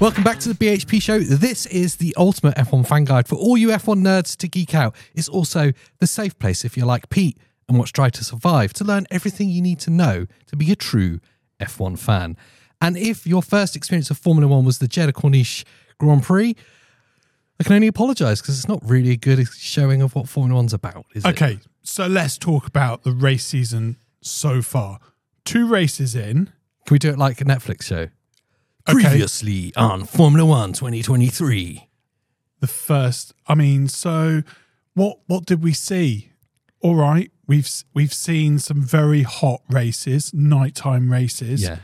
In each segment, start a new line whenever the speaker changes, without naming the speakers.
Welcome back to the BHP Show. This is the ultimate F1 fan guide for all you F1 nerds to geek out. It's also the safe place if you're like Pete and what's Try to Survive to learn everything you need to know to be a true F1 fan. And if your first experience of Formula One was the Jeddah Corniche Grand Prix, I can only apologise because it's not really a good showing of what Formula One's about. Is it?
Okay, so let's talk about the race season so far. Two races in.
Can we do it like a Netflix show?
Okay.
Previously on Formula One 2023.
The first, I mean, so what? What did we see? All right, we've s- we've seen some very hot races, nighttime races.
Yeah,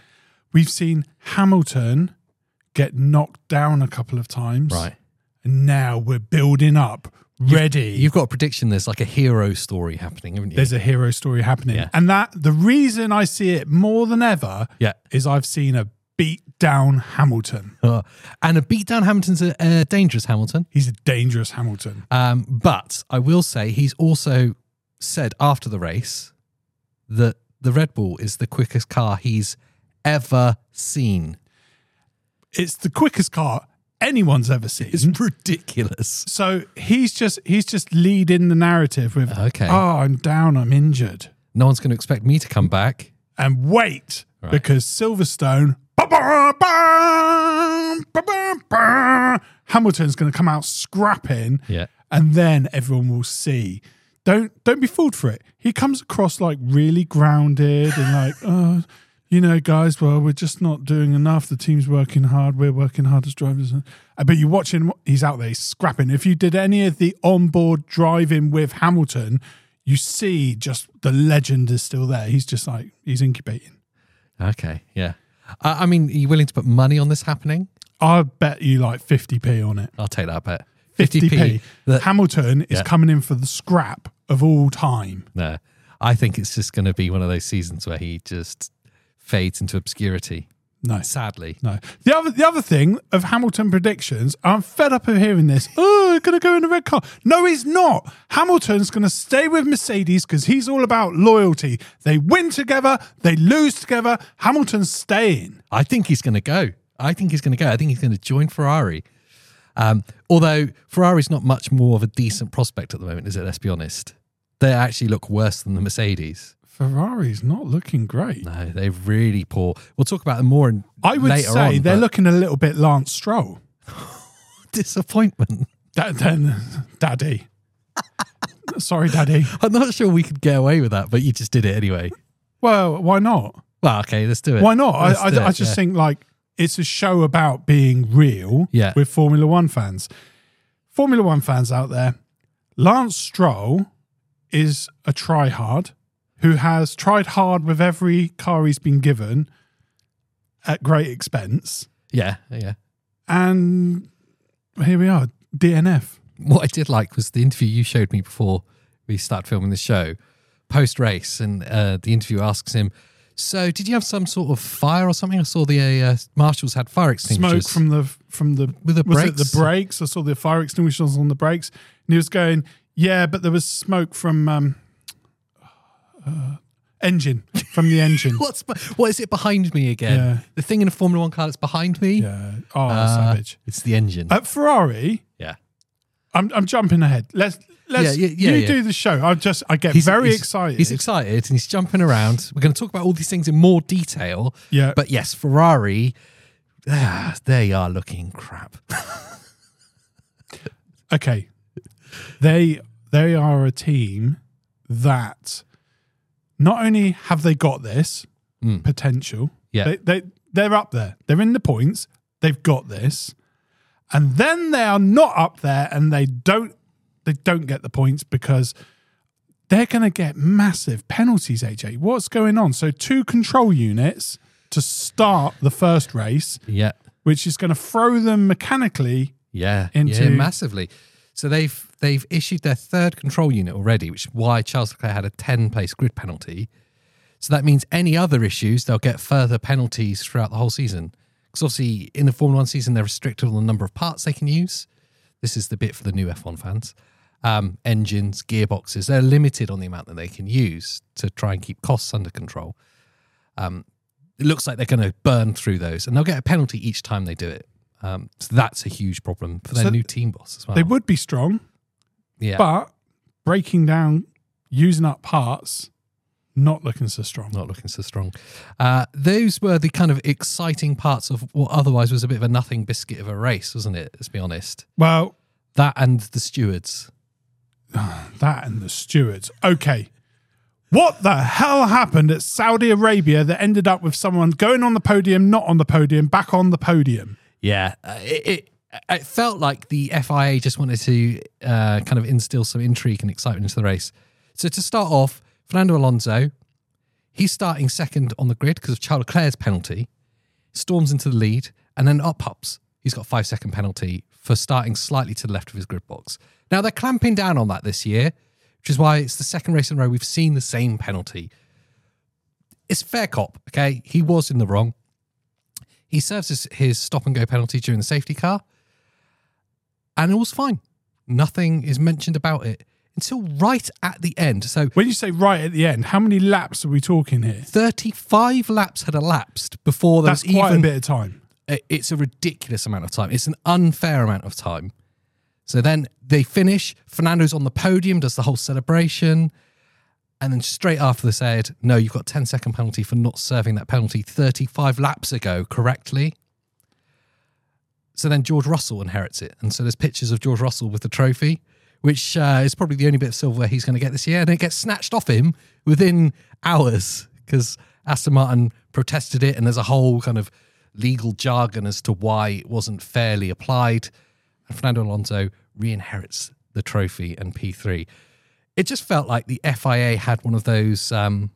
We've seen Hamilton get knocked down a couple of times.
right.
And now we're building up, ready.
You've got a prediction. There's like a hero story happening, haven't you?
There's a hero story happening.
Yeah.
And that the reason I see it more than ever
yeah.
is I've seen a beat down Hamilton.
Uh, and a beatdown Hamilton's a, a dangerous Hamilton.
He's a dangerous Hamilton.
Um, but I will say he's also said after the race that the Red Bull is the quickest car he's ever seen.
It's the quickest car anyone's ever
It's
seen.
ridiculous.
So he's just he's just leading the narrative with
Okay.
oh I'm down, I'm injured.
No one's going to expect me to come back.
And wait,
Right.
because Silverstone ba-ba-bam, ba-ba-bam, Hamilton's gonna come out scrapping
Yeah.
and then everyone will see. Don't don't be fooled for it. He comes across like really grounded and like, oh, you know, guys, well, we're just not doing enough. The team's working hard. We're working hard as drivers. Uh, But you watch him; he's out there he's scrapping. If you did any of the onboard driving with Hamilton, you see just the legend is still there. He's just like he's incubating.
Okay. Yeah. Uh, I mean, are you willing to put money on this happening?
I bet you like fifty p on it.
I'll take that bet.
50p.
that-
Hamilton is
Yeah.
coming in for the scrap of all time.
No, I think it's just going to be one of those seasons where he just fades into obscurity.
No.
Sadly,
No. The other the other thing of Hamilton predictions, I'm fed up of hearing this. Oh, gonna go in a red car. No, he's not. Hamilton's gonna stay with Mercedes because he's all about loyalty. They win together, they lose together. Hamilton's staying.
I think he's going to go. I think he's going to go. I think he's going to join Ferrari. Um, although Ferrari's not much more of a decent prospect at the moment, is it? Let's be honest. They actually look worse than the Mercedes.
Ferrari's not looking great.
No, they're really poor. We'll talk about them more in
I would
later
say
on,
they're
but
looking a little bit Lance Stroll.
disappointment.
Da- then, daddy. Sorry, daddy.
I'm not sure we could get away with that, but you just did it anyway.
Well, why not?
Well, okay, let's do it.
Why not? I,
Let's do
I, I
it,
just
yeah.
think like it's a show about being real
Yeah.
with Formula One fans. Formula One fans out there, Lance Stroll is a tryhard who has tried hard with every car he's been given at great expense.
yeah, yeah.
And here we are, DNF.
what I did like was the interview you showed me before we start filming the show, post race, and uh, the interviewer asks him, "So, did you have some sort of fire or something?" I saw the uh, marshals had fire
Smoke
extinguishers.
from the from the
With the
was it
brakes?
the brakes. I saw the fire extinguishers on the brakes, and he was going, "Yeah, but there was smoke from um, uh, engine from the engine."
What's what is it behind me again?
Yeah.
The thing in a Formula One car that's behind me.
Yeah. Oh,
Uh,
savage.
It's the engine.
At Ferrari,
yeah.
I'm I'm jumping ahead. Let's let's
Yeah, yeah, yeah,
you
yeah.
do the show. I just I get very excited.
He's excited and he's jumping around. We're going to talk about all these things in more detail.
Yeah.
But yes, Ferrari, ah, they are looking crap.
okay. They they are a team that not only have they got this potential,
Yeah.
they, they they're up there. They're in the points. They've got this, and then they are not up there, and they don't they don't get the points because they're going to get massive penalties. AJ, what's going on? So two control units to start the first race,
yeah.
which is going to throw them mechanically
Yeah, yeah,
into-
massively. So they've they've issued their third control unit already, which is why Charles Leclerc had a ten place grid penalty. So that means any other issues, they'll get further penalties throughout the whole season. Because obviously, in the Formula One season, they're restricted on the number of parts they can use. This is the bit for the new F1 fans. Um, engines, gearboxes, they're limited on the amount that they can use to try and keep costs under control. Um, it looks like they're going to burn through those and they'll get a penalty each time they do it. Um, so that's a huge problem for their
So
new team boss as well.
They would be strong,
yeah.
but breaking down, using up parts, not looking so strong.
not looking so strong. Uh, those were the kind of exciting parts of what otherwise was a bit of a nothing biscuit of a race, wasn't it? Let's be honest.
Well,
That and the stewards.
that and the stewards. Okay. What the hell happened at Saudi Arabia that ended up with someone going on the podium, not on the podium, back on the podium?
Yeah, uh, it, it it felt like the FIA just wanted to uh, kind of instill some intrigue and excitement into the race. So to start off, Fernando Alonso, he's starting second on the grid because of Charles Leclerc's penalty, storms into the lead, and then up pops. He's got five second penalty for starting slightly to the left of his grid box. Now they're clamping down on that this year, which is why it's the second race in a row we've seen the same penalty. It's fair cop, okay? He was in the wrong he serves his, his stop and go penalty during the safety car, and all's fine. Nothing is mentioned about it until right at the end. So
When you say right at the end, how many laps are we talking here?
35 laps had elapsed before there
That's
was
quite
even
a bit of time.
it- it's a ridiculous amount of time. It's an unfair amount of time. So then they finish. Fernando's on the podium, does the whole celebration. And then straight after they said, no, you've got 10 second penalty for not serving that penalty 35 laps ago correctly. So then George Russell inherits it. And so there's pictures of George Russell with the trophy, which uh, is probably the only bit of silver he's going to get this year. And it gets snatched off him within hours because Aston Martin protested it. And there's a whole kind of legal jargon as to why it wasn't fairly applied. And Fernando Alonso re inherits the trophy and P3. It just felt like the FIA had one of those um,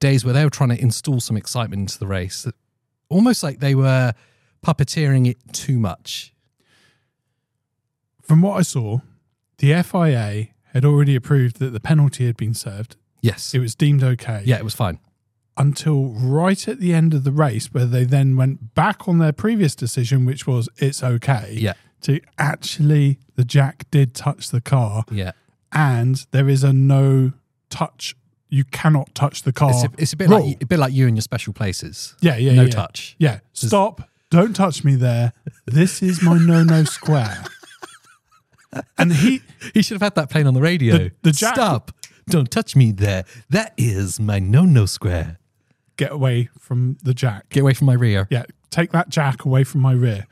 days where they were trying to install some excitement into the race, almost like they were puppeteering it too much.
From what I saw, the FIA had already approved that the penalty had been served.
Yes.
It was deemed okay.
yeah, it was fine.
Until right at the end of the race, where they then went back on their previous decision, which was it's okay.
Yeah.
To actually, the jack did touch the car.
Yeah.
and there is a no touch. You cannot touch the car.
It's a, it's a bit
rule.
like a bit like you and your special places.
Oh. yeah, yeah,
No
yeah.
touch.
Yeah, stop! Don't touch me there. This is my no-no square. And he,
He should have had that playing on the radio.
The- the jack-
Stop. Don't touch me there. That is my no-no square.
get away from the jack.
Get away from my rear.
Yeah, take that jack away from my rear.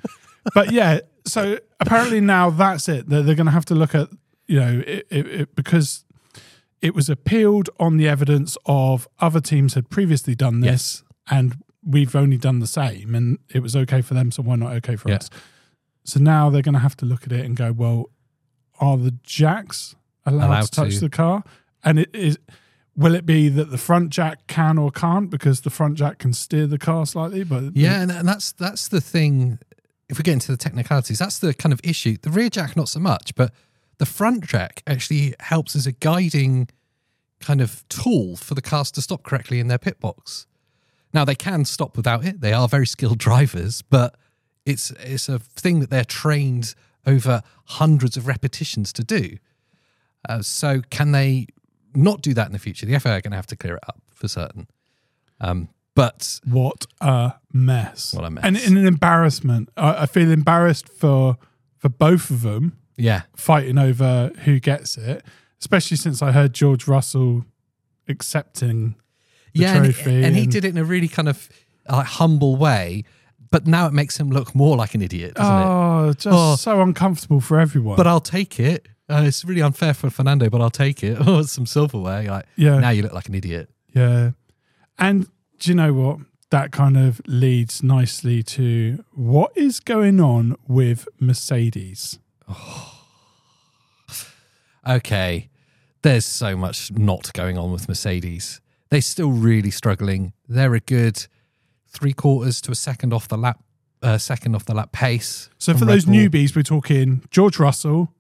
But yeah, so apparently now that's it. They're, they're going to have to look at, you know, it, it, it, because it was appealed on the evidence of other teams had previously done this and we've only done the same and it was okay for them, so why not okay for
Yeah.
us? So now they're going to have to look at it and go, well, are the jacks allowed,
Allowed
to touch
to.
the car? And it is. Will it be that the front jack can or can't because the front jack can steer the car slightly, but
Yeah, and, and that's that's the thing. If we get into the technicalities, that's the kind of issue. The rear jack, not so much, but the front jack actually helps as a guiding kind of tool for the cars to stop correctly in their pit box. Now they can stop without it; they are very skilled drivers, but it's it's a thing that they're trained over hundreds of repetitions to do. Uh, so can they not do that in the future? The FIA are going to have to clear it up for certain. Um, but
What a mess!
What a mess.
And in an embarrassment, I, I feel embarrassed for for both of them
yeah,
fighting over who gets it, especially since I heard George Russell accepting the
and-
trophy,
And, he
and-
did it in a really kind of uh, humble way, but now it makes him look more like an idiot, doesn't it?
Oh, just
Oh.
so uncomfortable for everyone.
But I'll take it. Uh, it's really unfair for Fernando, but I'll take it. Oh, it's some silverware. You're Like,
Yeah.
Now you look like an idiot.
yeah, and do you know what? That kind of leads nicely to what is going on with Mercedes.
Okay. There's so much not going on with Mercedes. They're still really struggling. They're a good three quarters to a second off the lap, uh, second off the lap pace.
So
from
for
Red
those
Bull.
newbies, we're talking George Russell,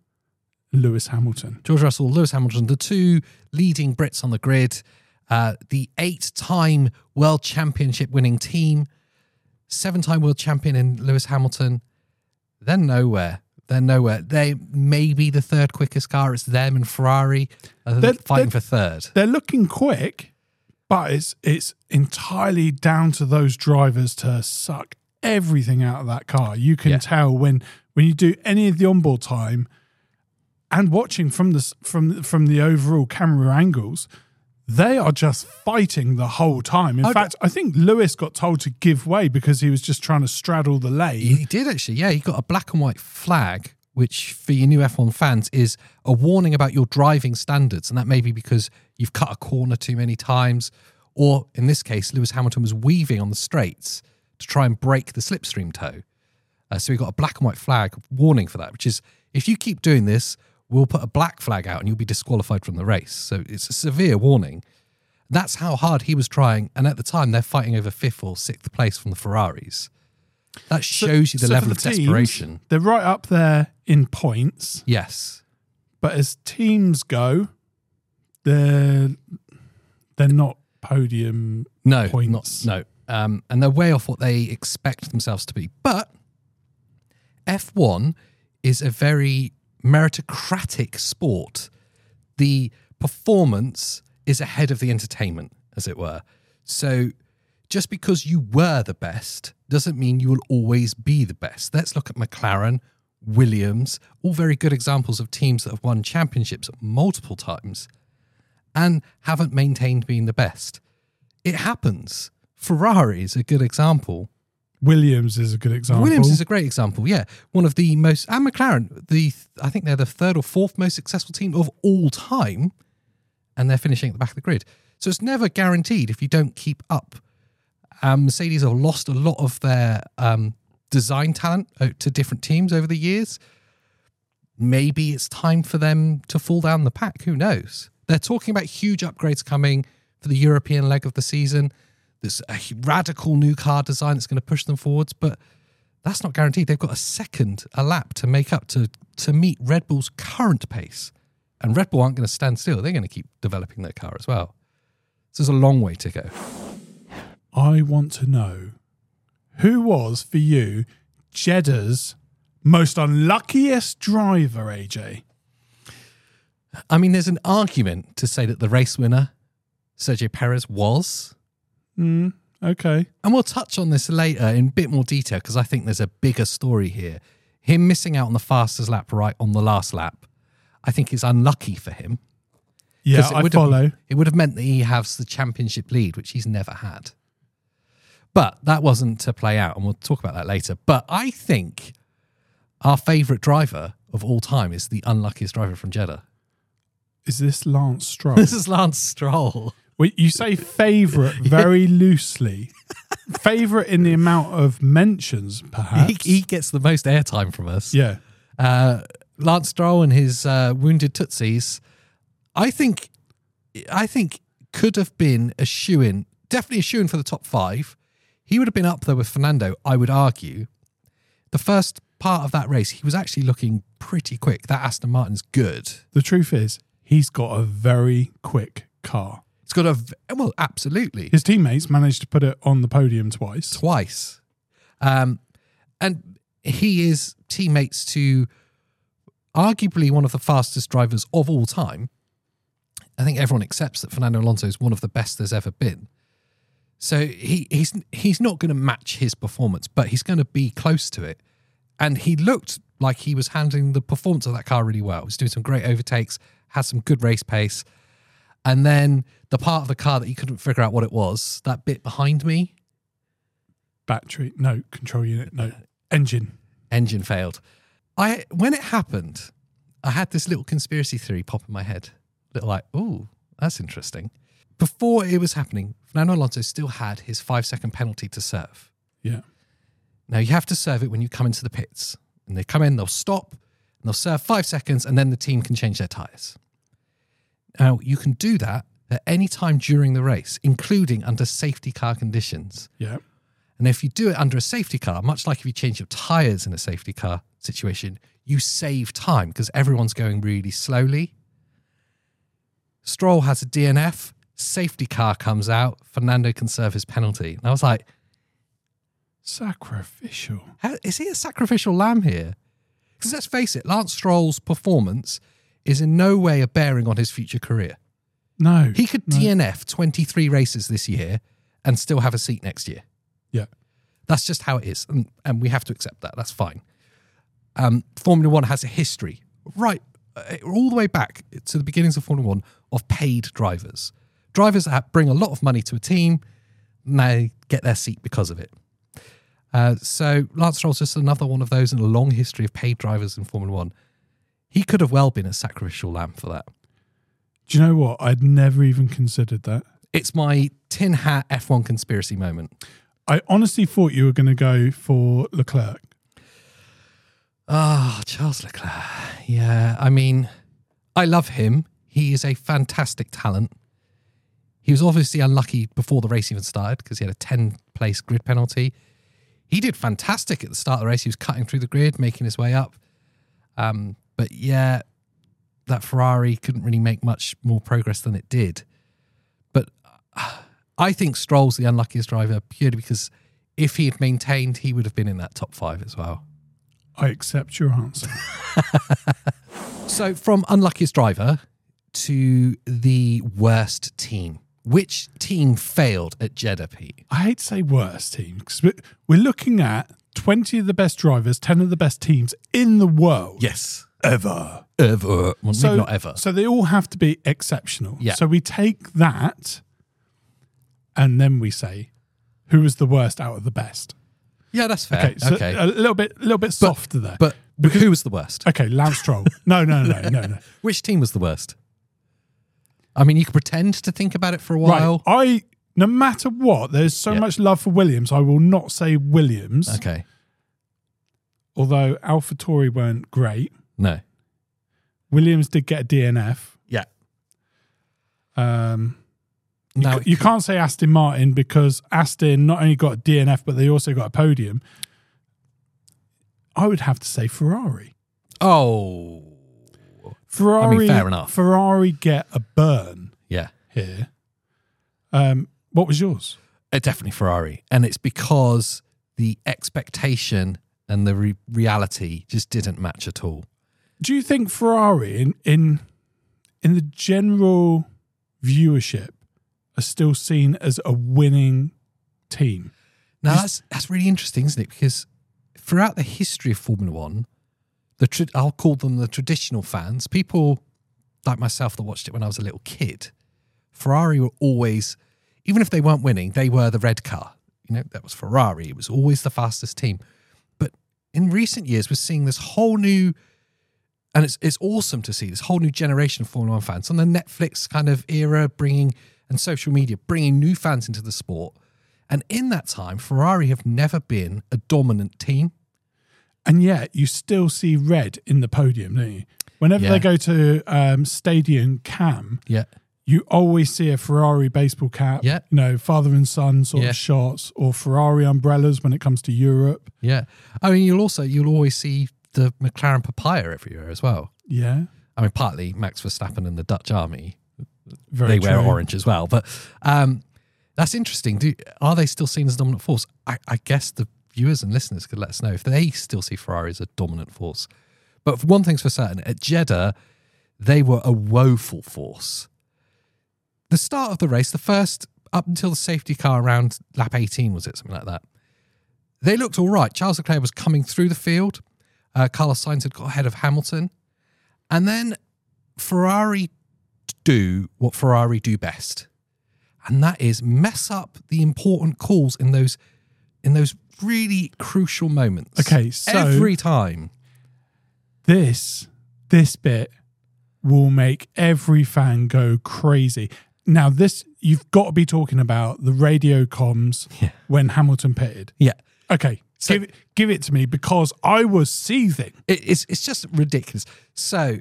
Lewis Hamilton.
George Russell, Lewis Hamilton, the two leading Brits on the grid, uh, the eight time world championship winning team, seven time world champion in Lewis Hamilton. They're nowhere. They're nowhere. They may be the third quickest car. It's them and Ferrari uh,
They're-
fighting for
they're-
third.
they're looking quick, but it's it's entirely down to those drivers to suck everything out of that car. You can
Yeah.
tell when when you do any of the onboard time and watching from the s- from from the overall camera angles, they are just fighting the whole time. In
I'd-
fact, I think Lewis got told to give way because he was just trying to straddle the
He
lane.
he did actually. Yeah, he got a black and white flag, which for your new F1 fans is a warning about your driving standards. And that may be because you've cut a corner too many times, or in this case, Lewis Hamilton was weaving on the straights to try and break the slipstream toe. Uh, so he got a black and white flag warning for that, which is if you keep doing this, we'll put a black flag out and you'll be disqualified from the race. So it's a severe warning. That's how hard he was trying. And at the time, they're fighting over fifth or sixth place from the Ferraris. That shows you the
So for
level of
teams,
desperation.
They're right up there in points.
Yes.
But as teams go, they're they're not podium.
No,
points.
not no. Um, and they're way off what they expect themselves to be. But F1 is a very meritocratic sport. The performance is ahead of the entertainment, as it were. So just because you were the best doesn't mean you will always be the best. Let's look at McLaren, Williams, all very good examples of teams that have won championships multiple times and haven't maintained being the best it happens. Ferrari is a good example.
Williams is a good example.
Williams is a great example. Yeah, one of the most and McLaren. The I think they're the third or fourth most successful team of all time, and they're finishing at the back of the grid. So it's never guaranteed if you don't keep up. Um, Mercedes have lost a lot of their um, design talent uh, to different teams over the years. Maybe it's time for them to fall down the pack. Who knows? They're talking about huge upgrades coming for the European leg of the season. There's a radical new car design that's going to push them forwards, but that's not guaranteed. They've got a second, a lap to make up to to meet Red Bull's current pace, and Red Bull aren't going to stand still. They're going to keep developing their car as well. So there's a long way to go.
I want to know who was for you Jeddah's most unluckiest driver, AJ.
I mean, there's an argument to say that the race winner, Sergio Perez, was,
Okay.
and we'll touch on this later in a bit more detail because I think there's a bigger story here. Him missing out on the fastest lap right on the last lap, I think is unlucky for him.
Yeah,
'Cause
I
would
follow.
Have, it would have meant that he has the championship lead, which he's never had. But that wasn't to play out, and we'll talk about that later. But I think our favourite driver of all time is the unluckiest driver from Jeddah.
Is this Lance Stroll?
This is Lance Stroll.
Well, you say favourite very loosely. favourite in the amount of mentions,
He,
perhaps.
he gets the most airtime from us.
yeah.
uh, Lance Stroll and his uh, wounded tootsies, I think, I think could have been a shoe in, definitely a shoe in for the top five. He would have been up there with Fernando, I would argue. The first part of that race, he was actually looking pretty quick. That Aston Martin's good.
The truth is, he's got a very quick car.
It's got a v- well, absolutely.
His teammates managed to put it on the podium twice.
twice. Um, and he is teammates to arguably one of the fastest drivers of all time. I think everyone accepts that Fernando Alonso is one of the best there's ever been. So he, he's he's not going to match his performance, but he's going to be close to it. And he looked like he was handling the performance of that car really well. He was doing some great overtakes, had some good race pace. And then the part of the car that he couldn't figure out what it was, that bit behind me,
Battery, no, control unit, no, engine.
engine failed. I when it happened, I had this little conspiracy theory pop in my head. Little like, ooh, that's interesting. Before it was happening, Fernando Alonso still had his five second penalty to serve.
Yeah.
Now you have to serve it when you come into the pits. And they come in, they'll stop, and they'll serve five seconds, and then the team can change their tires. Now you can do that at any time during the race, including under safety car conditions.
Yeah.
And if you do it under a safety car, much like if you change your tires in a safety car situation, you save time because everyone's going really slowly. Stroll has a DNF, safety car comes out, Fernando can serve his penalty. And I was like,
Sacrificial.
how, is he a sacrificial lamb here? Because let's face it, Lance Stroll's performance is in no way a bearing on his future career.
No.
He could
No.
DNF 23 races this year and still have a seat next year.
Yeah.
That's just how it is, and, and we have to accept that. That's fine. Um, Formula One has a history, right, uh, all the way back to the beginnings of Formula One, of paid drivers. Drivers that bring a lot of money to a team, and they get their seat because of it. Uh, so Lance Stroll's just another one of those in a long history of paid drivers in Formula One. He could have well been a sacrificial lamb for that.
Do you know what? I'd never even considered that.
It's my tin hat F1 conspiracy moment.
I honestly thought you were going to go for Leclerc.
Ah, Charles Leclerc. Yeah, I mean, I love him. He is a fantastic talent. He was obviously unlucky before the race even started because he had a 10 place grid penalty. He did fantastic at the start of the race. He was cutting through the grid, making his way up. Um, but yeah, that Ferrari couldn't really make much more progress than it did. But uh, I think Stroll's the unluckiest driver purely because if he had maintained, he would have been in that top five as well.
I accept your answer.
So, from unluckiest driver to the worst team, which team failed at Jeddah, Pete?
I hate to say worst team because we're looking at 20 of the best drivers, 10 of the best teams in the world
Yes,
ever.
ever. Well, maybe not ever.
So they all have to be exceptional.
Yeah.
So we take that and then we say who was the worst out of the best.
Yeah, that's fair.
Okay.
Okay,
So uh, a little bit a little bit softer there.
but who was the worst?
okay, Lance Troll. No, no, no, no, no.
Which team was the worst? I mean, you could pretend to think about it for a while.
Right. I no matter what, there's so
Yeah.
much love for Williams. I will not say Williams,
Okay,
although AlphaTauri weren't great.
no.
Williams did get a DNF.
Yeah.
Um,
Now,
you can't say Aston Martin because Aston not only got a DNF but they also got a podium. I would have to say Ferrari.
oh,
Ferrari,
fair enough.
Ferrari get a burn
yeah.
here. Um, what was yours?
Uh, definitely Ferrari. And it's because the expectation and the re- reality just didn't match at all.
Do you think Ferrari in in in the general viewership are still seen as a winning team?
Now that's that's really interesting, isn't it? Because throughout the history of Formula One, the tra- I'll call them the traditional fans, people like myself that watched it when I was a little kid. Ferrari were always, even if they weren't winning, they were the red car. You know that was Ferrari. It was always the fastest team. But in recent years, we're seeing this whole new, and it's it's awesome to see this whole new generation of Formula One fans on the Netflix kind of era, bringing and social media bringing new fans into the sport. And in that time, Ferrari have never been a dominant team.
and yet you still see red in the podium, don't you? Whenever
Yeah.
they go to um, Stadium Cam,
Yeah.
you always see a Ferrari baseball cap,
Yeah.
you know, father and son sort
Yeah.
of shots, or Ferrari umbrellas when it comes to Europe.
Yeah. I mean, you'll also, you'll always see the McLaren papaya everywhere as well.
Yeah,
I mean, partly Max Verstappen and the Dutch army.
very
they wear
true.
orange as well. But um, that's interesting. Do, are they still seen as a dominant force? I, I guess the viewers and listeners could let us know if they still see Ferrari as a dominant force. But one thing's for certain at Jeddah, they were a woeful force. The start of the race, the first up until the safety car around lap 18, was it something like that? They looked all right. Charles Leclerc was coming through the field. Uh, Carlos Sainz had got ahead of Hamilton. And then Ferrari do what Ferrari do best, and that is mess up the important calls in those in those really crucial moments.
Okay, so
every time,
this this bit will make every fan go crazy. Now, this you've got to be talking about the radio comms
Yeah.
when Hamilton pitted.
yeah,
Okay, give it give it to me because I was seething.
it, it's it's just ridiculous. So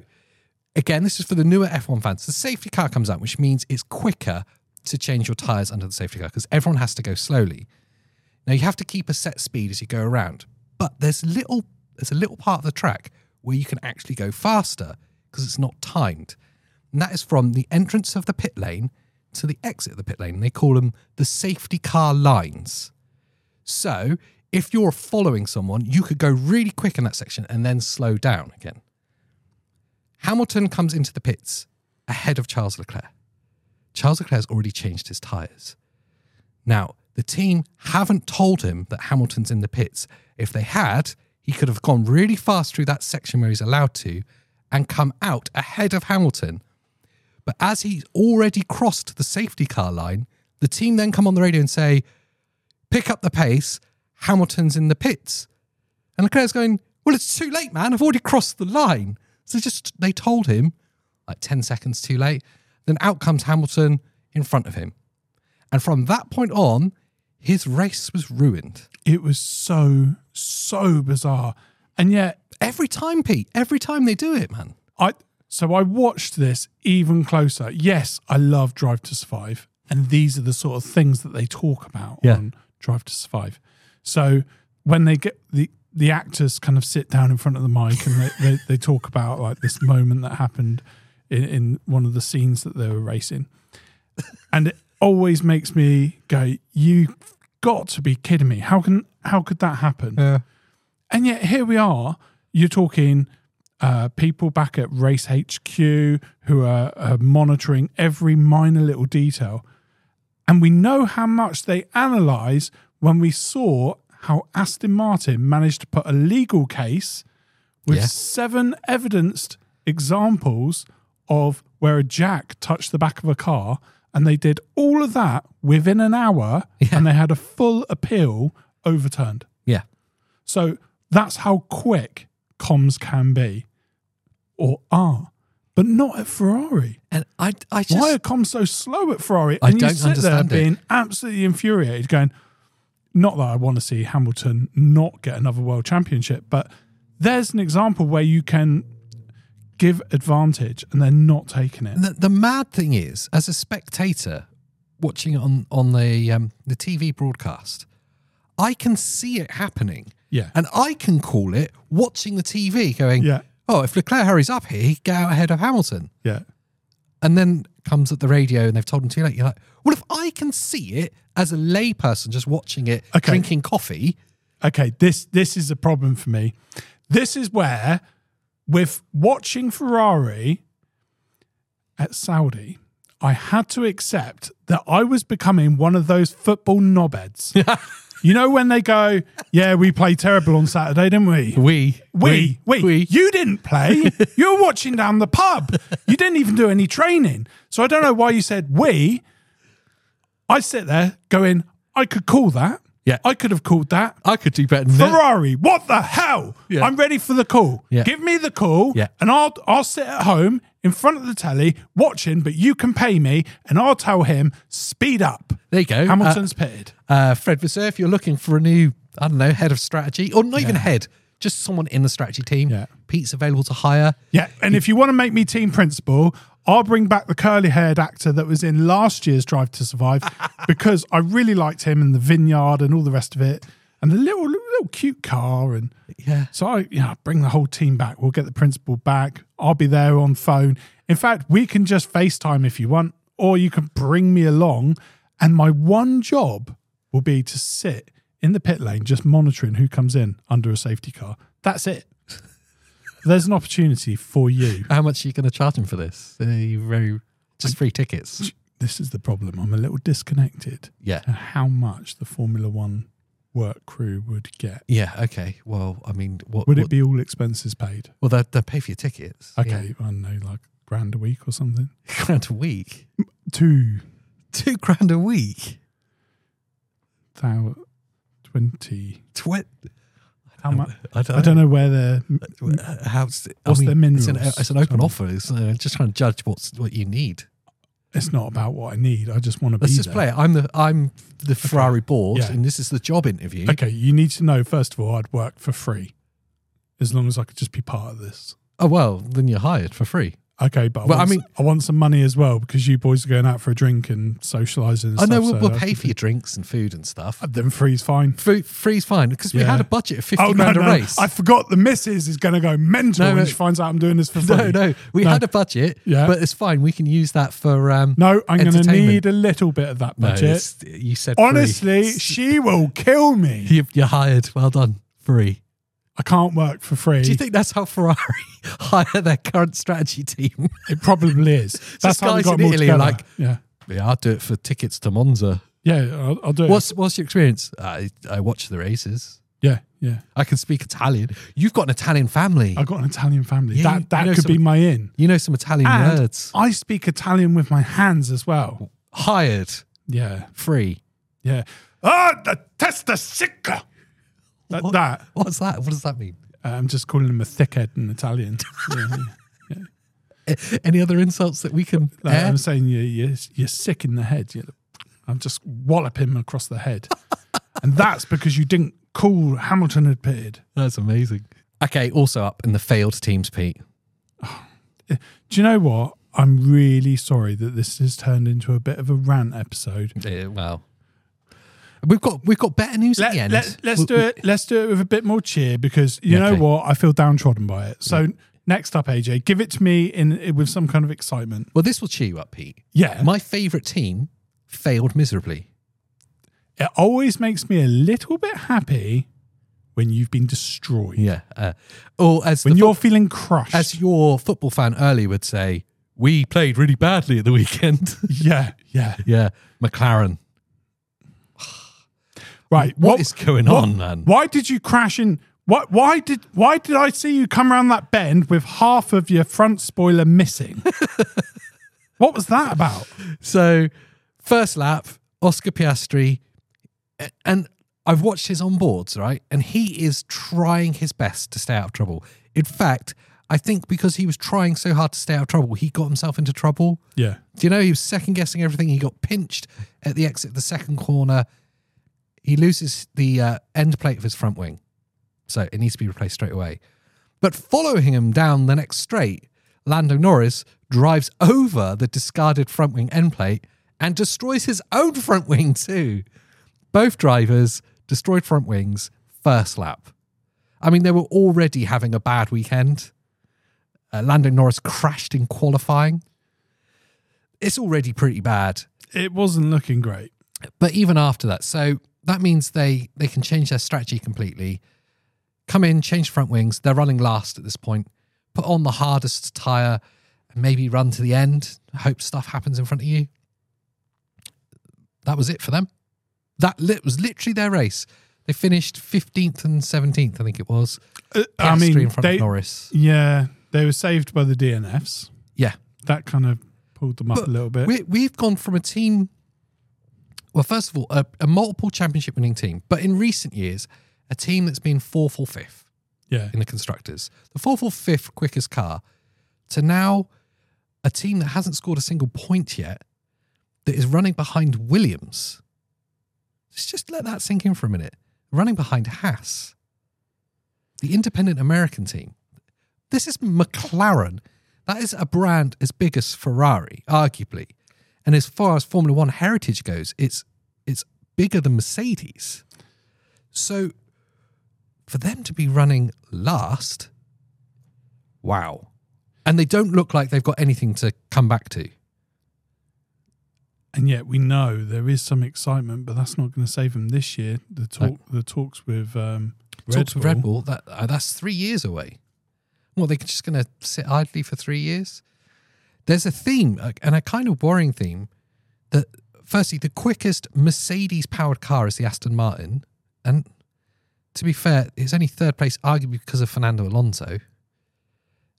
again, this is for the newer F1 fans. The safety car comes out, which means it's quicker to change your tires under the safety car because everyone has to go slowly. Now you have to keep a set speed as you go around, but there's little there's a little part of the track where you can actually go faster because it's not timed. And that is from the entrance of the pit lane to the exit of the pit lane. They call them the safety car lines. So if you're following someone, you could go really quick in that section and then slow down again. Hamilton comes into the pits ahead of Charles Leclerc. Charles Leclerc's already changed his tyres. Now, The team haven't told him that Hamilton's in the pits. If they had, he could have gone really fast through that section where he's allowed to and come out ahead of Hamilton. But as he's already crossed the safety car line, the team then come on the radio and say, pick up the pace, Hamilton's in the pits. And Leclerc's going, well, it's too late, man. I've already crossed the line. So just they told him like 10 seconds too late. Then out comes Hamilton in front of him. And from that point on, his race was ruined.
It was so, so bizarre. And yet,
Every time, Pete, every time they do it, man.
I so I watched this even closer. Yes, I love Drive to Survive, and these are the sort of things that they talk about
Yeah.
on Drive to Survive. So when they get the the actors kind of sit down in front of the mic and they, they, they talk about like this moment that happened in, in one of the scenes that they were racing. And it always makes me go, You've got to be kidding me. How can how could that happen? And yet here we are. You're talking uh, people back at Race HQ who are, are monitoring every minor little detail, and we know how much they analyze when we saw how Aston Martin managed to put a legal case with
Yeah.
seven evidenced examples of where a jack touched the back of a car. And they did all of that within an hour, and they had a full appeal overturned.
Yeah.
So that's how quick comms can be or are, but not at Ferrari.
And I, I just.
Why are comms so slow at Ferrari?
I
and
don't
you sit there
understand it.
being absolutely infuriated, going, not that I want to see Hamilton not get another world championship, but there's an example where you can give advantage and they're not taking it.
the, the mad thing is, as a spectator watching it on on the um, the TV broadcast, I can see it happening,
Yeah.
and I can call it watching the TV, going,
Yeah.
"Oh, if Leclerc hurries up here, he can get out ahead of Hamilton."
Yeah.
And then comes at the radio, and they've told him too late. You're like, "Well, if I can see it as a layperson, just watching it,
Okay.
drinking coffee,
okay, this this is a problem for me. This is where with watching Ferrari at Saudi, I had to accept that I was becoming one of those football knobheads. you know when they go, yeah, we played terrible on Saturday, didn't we?
we,
We, we,
we,
you didn't play. you were watching down the pub. You didn't even do any training. So I don't know why you said we. I sit there going, I could call that.
Yeah.
I could have called that.
I could do better." Than that.
Ferrari, what the hell?
Yeah.
I'm ready for the call.
Yeah.
Give me the call,
Yeah.
and I'll I'll sit at home in front of the telly watching. But you can pay me, and I'll tell him speed up.
There you go. Uh,
Hamilton's pitted.
Uh, Fred Vasseur, if you're looking for a new, I don't know, head of strategy, or not even head, just someone in the strategy team.
Yeah.
Pete's available to hire.
Yeah, and if you want to make me team principal, I'll bring back the curly-haired actor that was in last year's Drive to Survive because I really liked him and the vineyard and all the rest of it, and the little little cute car and
Yeah.
So I yeah, bring the whole team back. We'll get the principal back. I'll be there on phone. In fact, we can just FaceTime if you want, or you can bring me along. And my one job will be to sit in the pit lane just monitoring who comes in under a safety car. That's it. There's an opportunity for you.
How much are you going to charge him for this? Uh, you very just free tickets.
This is the problem. I'm a little disconnected
Yeah.
to how much the Formula One work crew would get.
Yeah. Okay. Well, I mean, what?
Would
what-
it be all expenses paid?
well, they'll, they'll pay for your tickets.
Okay, I don't know, like grand a week or something.
Yeah. Grand a week.
Two
Two grand a week.
thou 20
Twen-
how much
I don't,
i don't know where they're
know. How's it? I
What's
mean,
their
it's an,
minerals?
it's an open offer. It's, uh, just trying to judge what's what you need.
it's not about what i need i just want to be
Let's just
there.
play it. I'm the I'm the Ferrari board,
Yeah.
and this is the job interview.
okay you need to know first of all i'd work for free as long as i could just be part of this
Oh well, then you're hired for free.
okay but i,
Well, I
want,
mean-
I want some money as well because you boys are going out for a drink and socializing and
I know
stuff,
we'll,
so
we'll pay for your drinks and food and stuff.
then free's fine
Food, free's fine because we
Yeah.
had a budget of fifty
Oh no,
grand a
no!
race.
I forgot the missus is going to go mental
No,
when
no.
she finds out I'm doing this for free.
no, no, we
No.
had a budget,
Yeah.
but it's fine. We can use that for um.
No, I'm going to
Entertainment.
need a little bit of that
no,
budget.
it's- you said free.
Honestly, she will kill me.
you, you're hired. Well done, free.
I can't work for free.
Do you think that's how Ferrari hire their current strategy team?
It probably is. That's how we
guys
got
in
them all
Italy are
together.
like-
yeah,
yeah, I'll do it for tickets to Monza.
Yeah, I'll, I'll do it.
What's what's your experience? I I watch the races.
yeah, yeah.
I can speak Italian. You've got an Italian family.
I've got an Italian family.
Yeah, you
that that
know
could be
some-
my in.
You know some Italian
And
words.
I speak Italian with my hands as well.
Hired,
Yeah,
free.
yeah. Ah, the testasica. That,
What?
that.
What's that? What does that mean?
Uh, I'm just calling him a thickhead in Italian. Yeah, yeah.
A- Any other insults that we can?
Like,
air?
I'm saying you, you, you're sick in the head. You, I'm just wallop him across the head. and that's because you didn't call Hamilton had pitted.
That's amazing. Okay, also up in the failed teams, Pete.
Do you know what? I'm really sorry that this has turned into a bit of a rant episode.
Uh, well, we've got we've got better news at the end.
us
We-
do it. Let's do it with a bit more cheer because you
Yeah,
know
okay.
what? I feel downtrodden by it. So next up, AJ, give it to me in with some kind of excitement.
Well, this will cheer you up, Pete.
Yeah,
My favourite team failed miserably.
it always makes me a little bit happy when you've been destroyed.
Yeah. Uh, or as
When
the
you're feeling crushed.
as your football fan earlier would say, we played really badly at the weekend.
yeah, yeah.
yeah, McLaren.
Right.
what is going on, man?
Why did you crash in? Why, why did why did I see you come around that bend with half of your front spoiler missing? what was that about?
So, first lap, Oscar Piastri, a- and I've watched his onboards, right? And he is trying his best to stay out of trouble. In fact, I think because he was trying so hard to stay out of trouble, he got himself into trouble.
Yeah.
Do you know he was second guessing everything? He got pinched at the exit of the second corner. He loses the uh, end plate of his front wing, so it needs to be replaced straight away. But following him down the next straight, Lando Norris drives over the discarded front wing end plate and destroys his own front wing too. Both drivers destroyed front wings first lap. I mean, they were already having a bad weekend. Uh, Lando Norris crashed in qualifying it's already pretty bad.
It wasn't looking great.
But even after that, so that means they they can change their strategy completely. Come in, change front wings. They're running last at this point. Put on the hardest tire and maybe run to the end. Hope stuff happens in front of you. That was it for them. That li- was literally their race. They finished 15th and 17th, I think it was.
Uh, I
Piastri
mean,
in front
they,
of Norris.
yeah, they were saved by the DNFs.
Yeah.
That kind of pulled them up a little bit.
we, we've gone from a team. Well, first of all, a, a multiple championship winning team, but in recent years, a team that's been fourth or fifth
yeah,
in the constructors, the fourth or fifth quickest car, to now a team that hasn't scored a single point yet, that is running behind Williams. Let's just let that sink in for a minute. Running behind Haas, the independent American team. This is McLaren. That is a brand as big as Ferrari, arguably. And as far as Formula One heritage goes, it's it's bigger than Mercedes. So for them to be running last, wow. And they don't look like they've got anything to come back to.
and yet we know there is some excitement, but that's not going to save them this year. The talk, the talks with um, Red
Talks
Bull.
with Red Bull, that, uh, that's three years away. Well, they're just going to sit idly for three years. There's a theme, uh, and a kind of worrying theme, that firstly, the quickest Mercedes powered car is the Aston Martin. And to be fair, it's only third place, arguably because of Fernando Alonso.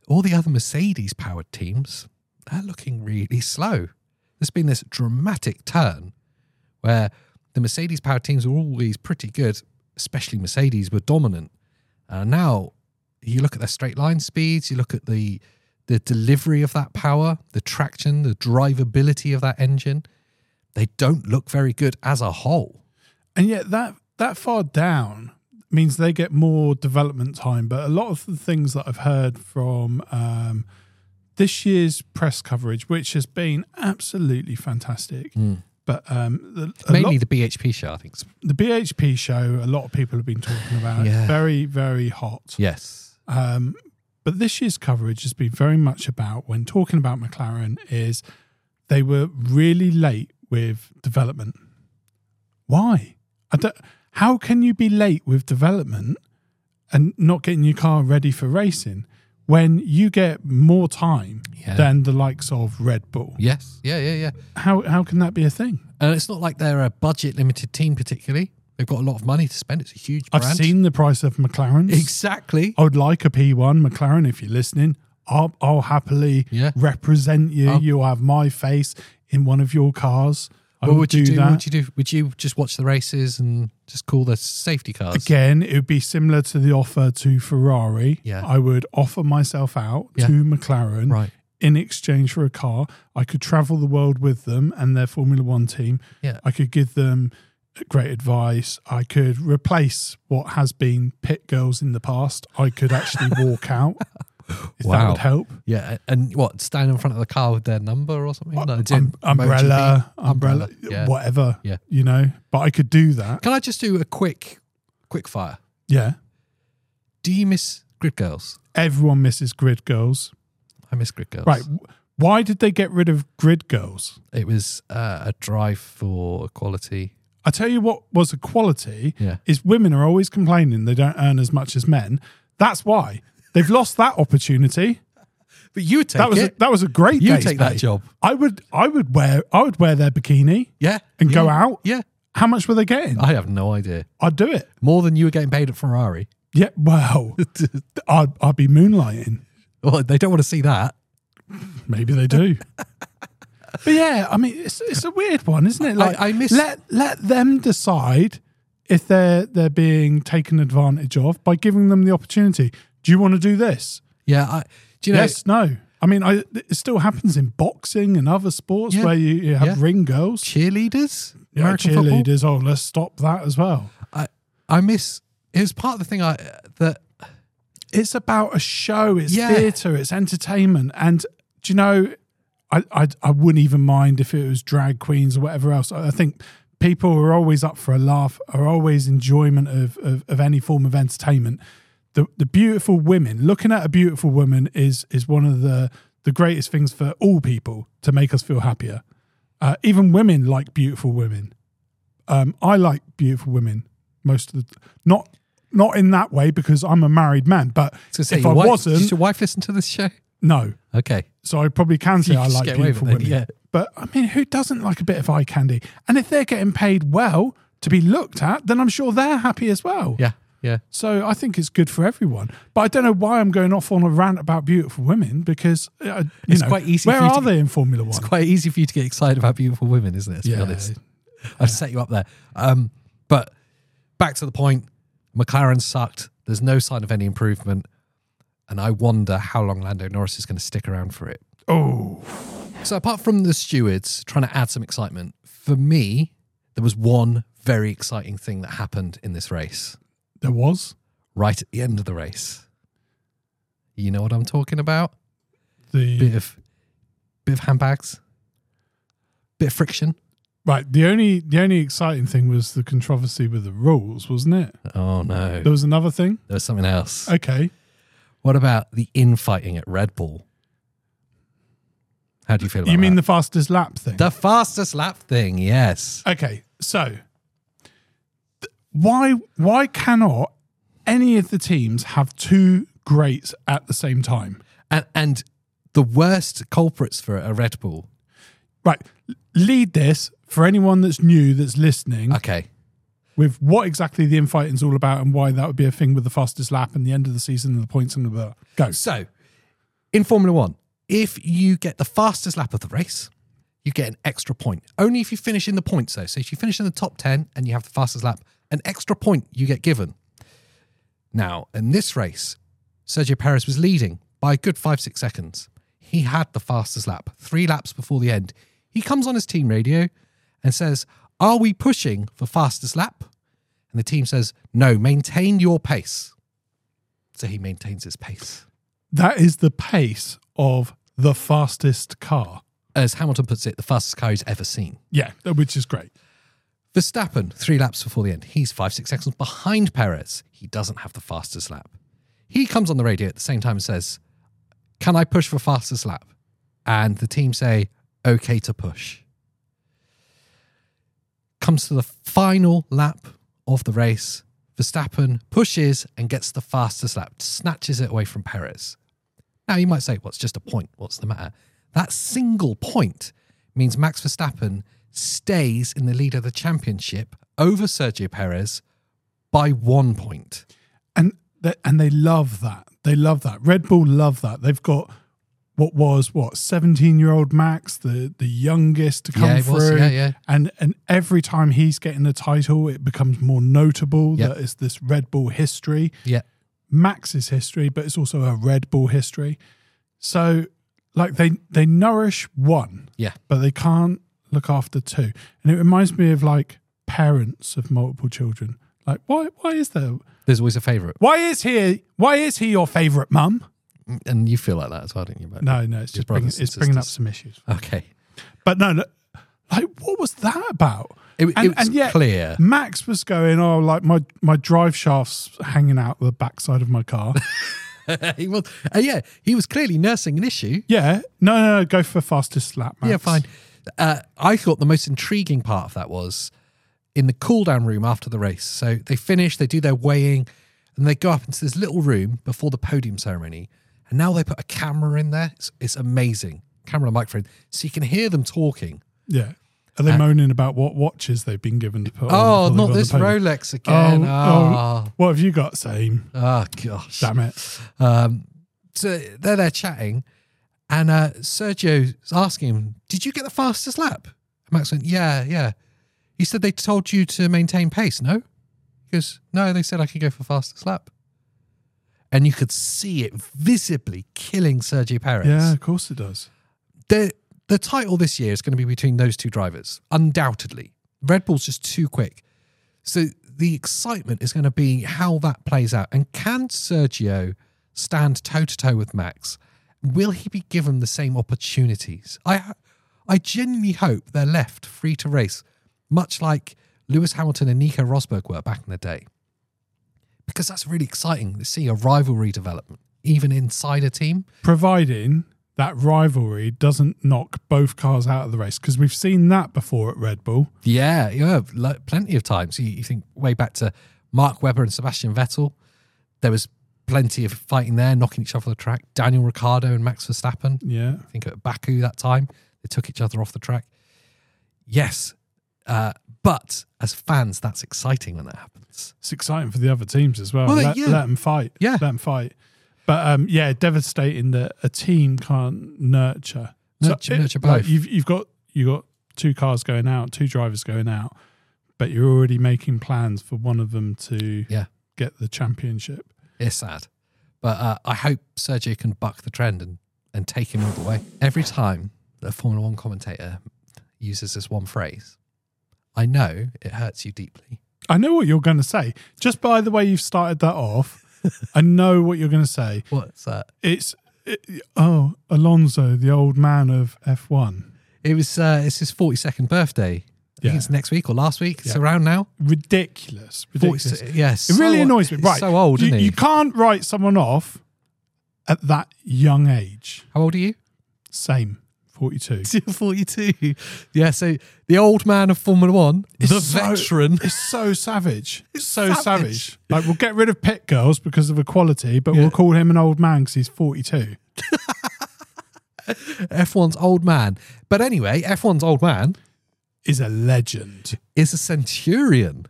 All the other Mercedes powered teams are looking really slow. There's been this dramatic turn where the Mercedes powered teams were always pretty good, especially Mercedes were dominant. And now you look at their straight line speeds, you look at the the delivery of that power, the traction, the drivability of that engine. They don't look very good as a whole.
And yet that that far down means they get more development time. But a lot of the things that I've heard from um, this year's press coverage, which has been absolutely fantastic, but um, the, a lot-
Mainly the BHP show, I think.
the BHP show, a lot of people have been talking about. it.
Yeah.
Very, very hot.
Yes.
Um, but this year's coverage has been very much about when talking about McLaren is they were really late with development. Why? I don't, how can you be late with development and not getting your car ready for racing when you get more time
Yeah.
than the likes of Red Bull?
Yes. Yeah, yeah, yeah.
How how can that be a thing?
And it's not like they're a budget limited team particularly. They've got a lot of money to spend. It's a huge
I've
brand.
seen the price of McLarens.
exactly.
I would like a P1 McLaren if you're listening. I'll, I'll happily
Yeah.
represent you. You'll have my face in one of your cars. I
What
would
would you
do,
do? What
that.
would you do? Would you just watch the races and just call the safety cars?
Again, it would be similar to the offer to Ferrari.
Yeah.
I would offer myself out
Yeah.
to McLaren
Right.
in exchange for a car. I could travel the world with them and their Formula One team.
Yeah.
I could give them great advice. I could replace what has been pit girls in the past. I could actually walk out if that
Wow.
would help.
Yeah. And what? Stand in front of the car with their number or something? No, it's in
Um, umbrella,
MotoGP.
umbrella,
Yeah.
whatever.
Yeah.
You know, but I could do that.
Can I just do a quick, quick fire?
Yeah.
Do you miss Grid Girls?
Everyone misses grid girls.
I miss Grid Girls.
Right. w- Why did they get rid of grid girls?
It was uh, a drive for equality.
I tell you what was a quality
Yeah.
is women are always complaining they don't earn as much as men. That's why they've lost that opportunity.
But you take
That was a,
it.
that was a great.
You
day's
take that
pay.
job.
I would I would wear I would wear their bikini.
yeah.
and
yeah.
go out?
Yeah.
How much were they getting?
I have no idea.
I'd do it.
More than you were getting paid at Ferrari.
Yeah. Wow. I'd I'd be moonlighting.
Well, they don't want to see that.
Maybe they do. but yeah, I mean, it's it's a weird one, isn't it? Like
I miss-
let let them decide if they're they're being taken advantage of by giving them the opportunity. Do you want to do this?
Yeah. I, do you know?
yes, no. I mean, I, it still happens in boxing and other sports
Yeah.
where you, you have
Yeah.
ring girls,
Cheerleaders?
yeah,
American football?
cheerleaders. Oh, let's stop that as well.
I, I miss. It was part of the thing I that
It's about a show. It's
Yeah.
theatre. It's entertainment. And do you know, I, I I wouldn't even mind if it was drag queens or whatever else. I I think people are always up for a laugh. Are always enjoyment of of, of any form of entertainment. The the beautiful women looking at a beautiful woman is is one of the the greatest things for all people to make us feel happier. Uh, even women like beautiful women. Um, I like beautiful women most of the not not in that way because I'm a married man. But
to say
if
your
I
wife,
wasn't,
Did your wife listen to this show?
no.
Okay.
So I probably can say
You
I
just
like
get away with
beautiful
it,
women.
yeah.
But I mean, who doesn't like a bit of eye candy? And if they're getting paid well to be looked at, then I'm sure they're happy as well.
Yeah. Yeah.
So I think it's good for everyone. But I don't know why I'm going off on a rant about beautiful women because uh, you
It's
know,
quite easy
Where
for you
are
to-
they in Formula One?
It's quite easy for you to get excited about beautiful women, isn't it? To be
Yeah.
honest. I've set you up there. Um, but back to the point, McLaren sucked. There's no sign of any improvement. And I wonder how long Lando Norris is going to stick around for it.
oh,
So, apart from the stewards trying to add some excitement, for me, there was one very exciting thing that happened in this race
there was
right at the end of the race. You know what I'm talking about?
the
Bit of, bit of handbags, bit of friction.
right. The only the only exciting thing was the controversy with the rules, wasn't it?
Oh no,
There was another thing.
there was something else.
Okay,
What about the infighting at Red Bull? How do you feel about
you mean
that?
the fastest lap thing?
the fastest lap thing? Yes.
Okay, so th- why why cannot any of the teams have two greats at the same time?
And and the worst culprits for a Red Bull.
Right, l- lead this for anyone that's new that's listening
Okay.
with what exactly the infighting's all about and why that would be a thing with the fastest lap and the end of the season and the points and the blah. go.
So, in Formula 1, if you get the fastest lap of the race, you get an extra point. Only if you finish in the points though. So if you finish in the top 10 and you have the fastest lap, an extra point you get given. Now, in this race, Sergio Perez was leading by a good five, six seconds. He had the fastest lap, three laps before the end. He comes on his team radio and says, Are we pushing for fastest lap? And the team says, No, maintain your pace. So he maintains his pace.
That is the pace of the fastest car.
As Hamilton puts it, the fastest car he's ever seen.
Yeah, which is great.
Verstappen, three laps before the end, he's five, six seconds behind Perez. He doesn't have the fastest lap. He comes on the radio at the same time and says, Can I push for fastest lap? And the team say, Okay to push. Comes to the final lap of the race. Verstappen pushes and gets the fastest lap, snatches it away from Perez. Now you might say, What's it's just a point? What's the matter? That single point means Max Verstappen stays in the lead of the championship over Sergio Perez by one point.
and they, and they love that. They love that. Red Bull love that. They've got what was what seventeen year old Max, the the youngest to come
Yeah, it
through,
was. Yeah, yeah.
and and every time he's getting the title, it becomes more notable
Yeah.
that it's this Red Bull history,
Yeah.
Max's history, but it's also a Red Bull history. So like they they nourish one,
Yeah.
but they can't look after two. And it reminds me of like parents of multiple children. Like why why is there
There's always a favourite.
why is he? Why is he your favorite mum?
And you feel like that as well, don't you? But
No, no, it's
Your
just bringing,
brothers and
it's bringing up
sisters.
some issues.
Okay.
But no, no, like what was that about?
It, it was
yet
clear.
Max was going, oh, like my my drive shafts hanging out the backside of my car.
he was, uh, yeah, he was clearly nursing an issue.
yeah, no, no, no, go for fastest lap, Max.
Yeah, fine. Uh, I thought the most intriguing part of that was in the cool down room after the race. So they finish, they do their weighing, and they go up into this little room before the podium ceremony. And now they put a camera in there. It's, it's amazing. Camera and microphone. So you can hear them talking.
Yeah. Are they moaning about what watches they've been given to put?
Oh,
on before they
not
got the
this
podium?
Rolex
Oh,
again.
oh,
Oh,
what have you got? Same.
oh gosh.
Damn it.
Um, so they're there chatting, and uh, Sergio's asking him, "Did you get the fastest lap?" And Max went, "Yeah, yeah." He said they told you to maintain pace. No, he goes, "No, they said I could go for fastest lap." And you could see it visibly killing Sergio Perez.
Yeah, of course it does.
The the title this year is going to be between those two drivers, undoubtedly. Red Bull's just too quick. So the excitement is going to be how that plays out. And can Sergio stand toe to toe with Max? Will he be given the same opportunities? I I genuinely hope they're left free to race, much like Lewis Hamilton and Nico Rosberg were back in the day. Because that's really exciting to see a rivalry development, even inside a team.
providing that rivalry doesn't knock both cars out of the race because we've seen that before at Red Bull.
Yeah, yeah, like plenty of times. You, you think way back to Mark Webber and Sebastian Vettel, there was plenty of fighting there, knocking each other off the track. Daniel Ricciardo and Max Verstappen.
Yeah,
I think at Baku that time, they took each other off the track. Yes, uh, but as fans, that's exciting when that happens.
it's exciting for the other teams as well.
Well,
let,
yeah.
them fight.
Yeah.
let them fight. But um, yeah, devastating that a team can't nurture
Nurture- nurture both.
you've you've got you have got two cars going out, two drivers going out, but you're already making plans for one of them to
Yeah.
get the championship.
It's sad, but uh, I hope Sergio can buck the trend and and take him all the way. Every time that a Formula One commentator uses this one phrase, I know it hurts you deeply.
I know what you're going to say. Just by the way you've started that off, I know what you're going to say.
What's that?
It's it, oh Alonso, the old man of F one.
It was uh, it's his forty second birthday. I think
Yeah.
it's next week or last week. It's
Yeah.
around now.
Ridiculous, ridiculous.
46 yes,
it really
So-
annoys me.
he's
Right,
so old,
You,
isn't he?
you can't write someone off at that young age.
How old are you?
Same, forty two.
Forty two. Yeah. So the old man of Formula One is
The
the veteran.
It's so savage. It's so
savage.
savage. Like we'll get rid of pit girls because of equality, but we'll call him an old man because he's forty two.
F1's old man. But anyway, F1's old man
Is a legend.
is a centurion.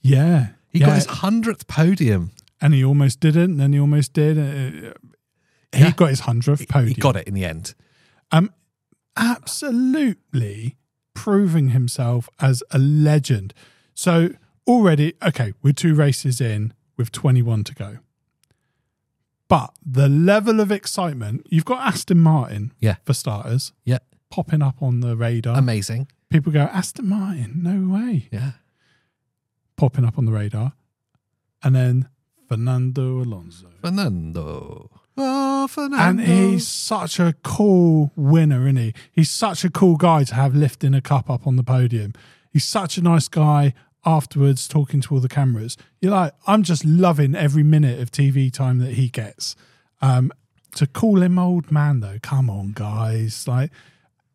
Yeah,
He
yeah.
got his hundredth podium.
and he almost didn't, and then he almost did. Uh, He
Yeah.
got his hundredth podium.
He got it in the end.
um, absolutely proving himself as a legend. So already, okay, we're two races in with 21 to go. But the level of excitement, you've got Aston Martin
Yeah. Um,
for starters
Yeah.
popping up on the radar.
Amazing.
People go, Aston Martin, no way,
Yeah.
popping up on the radar. And then Fernando Alonso.
Fernando. Oh,
And
Fernando.
he's such a cool winner, isn't he? He's such a cool guy to have lifting a cup up on the podium. He's such a nice guy afterwards talking to all the cameras. You're like, I'm just loving every minute of TV time that he gets. Um, to call him old man though, come on, guys. Like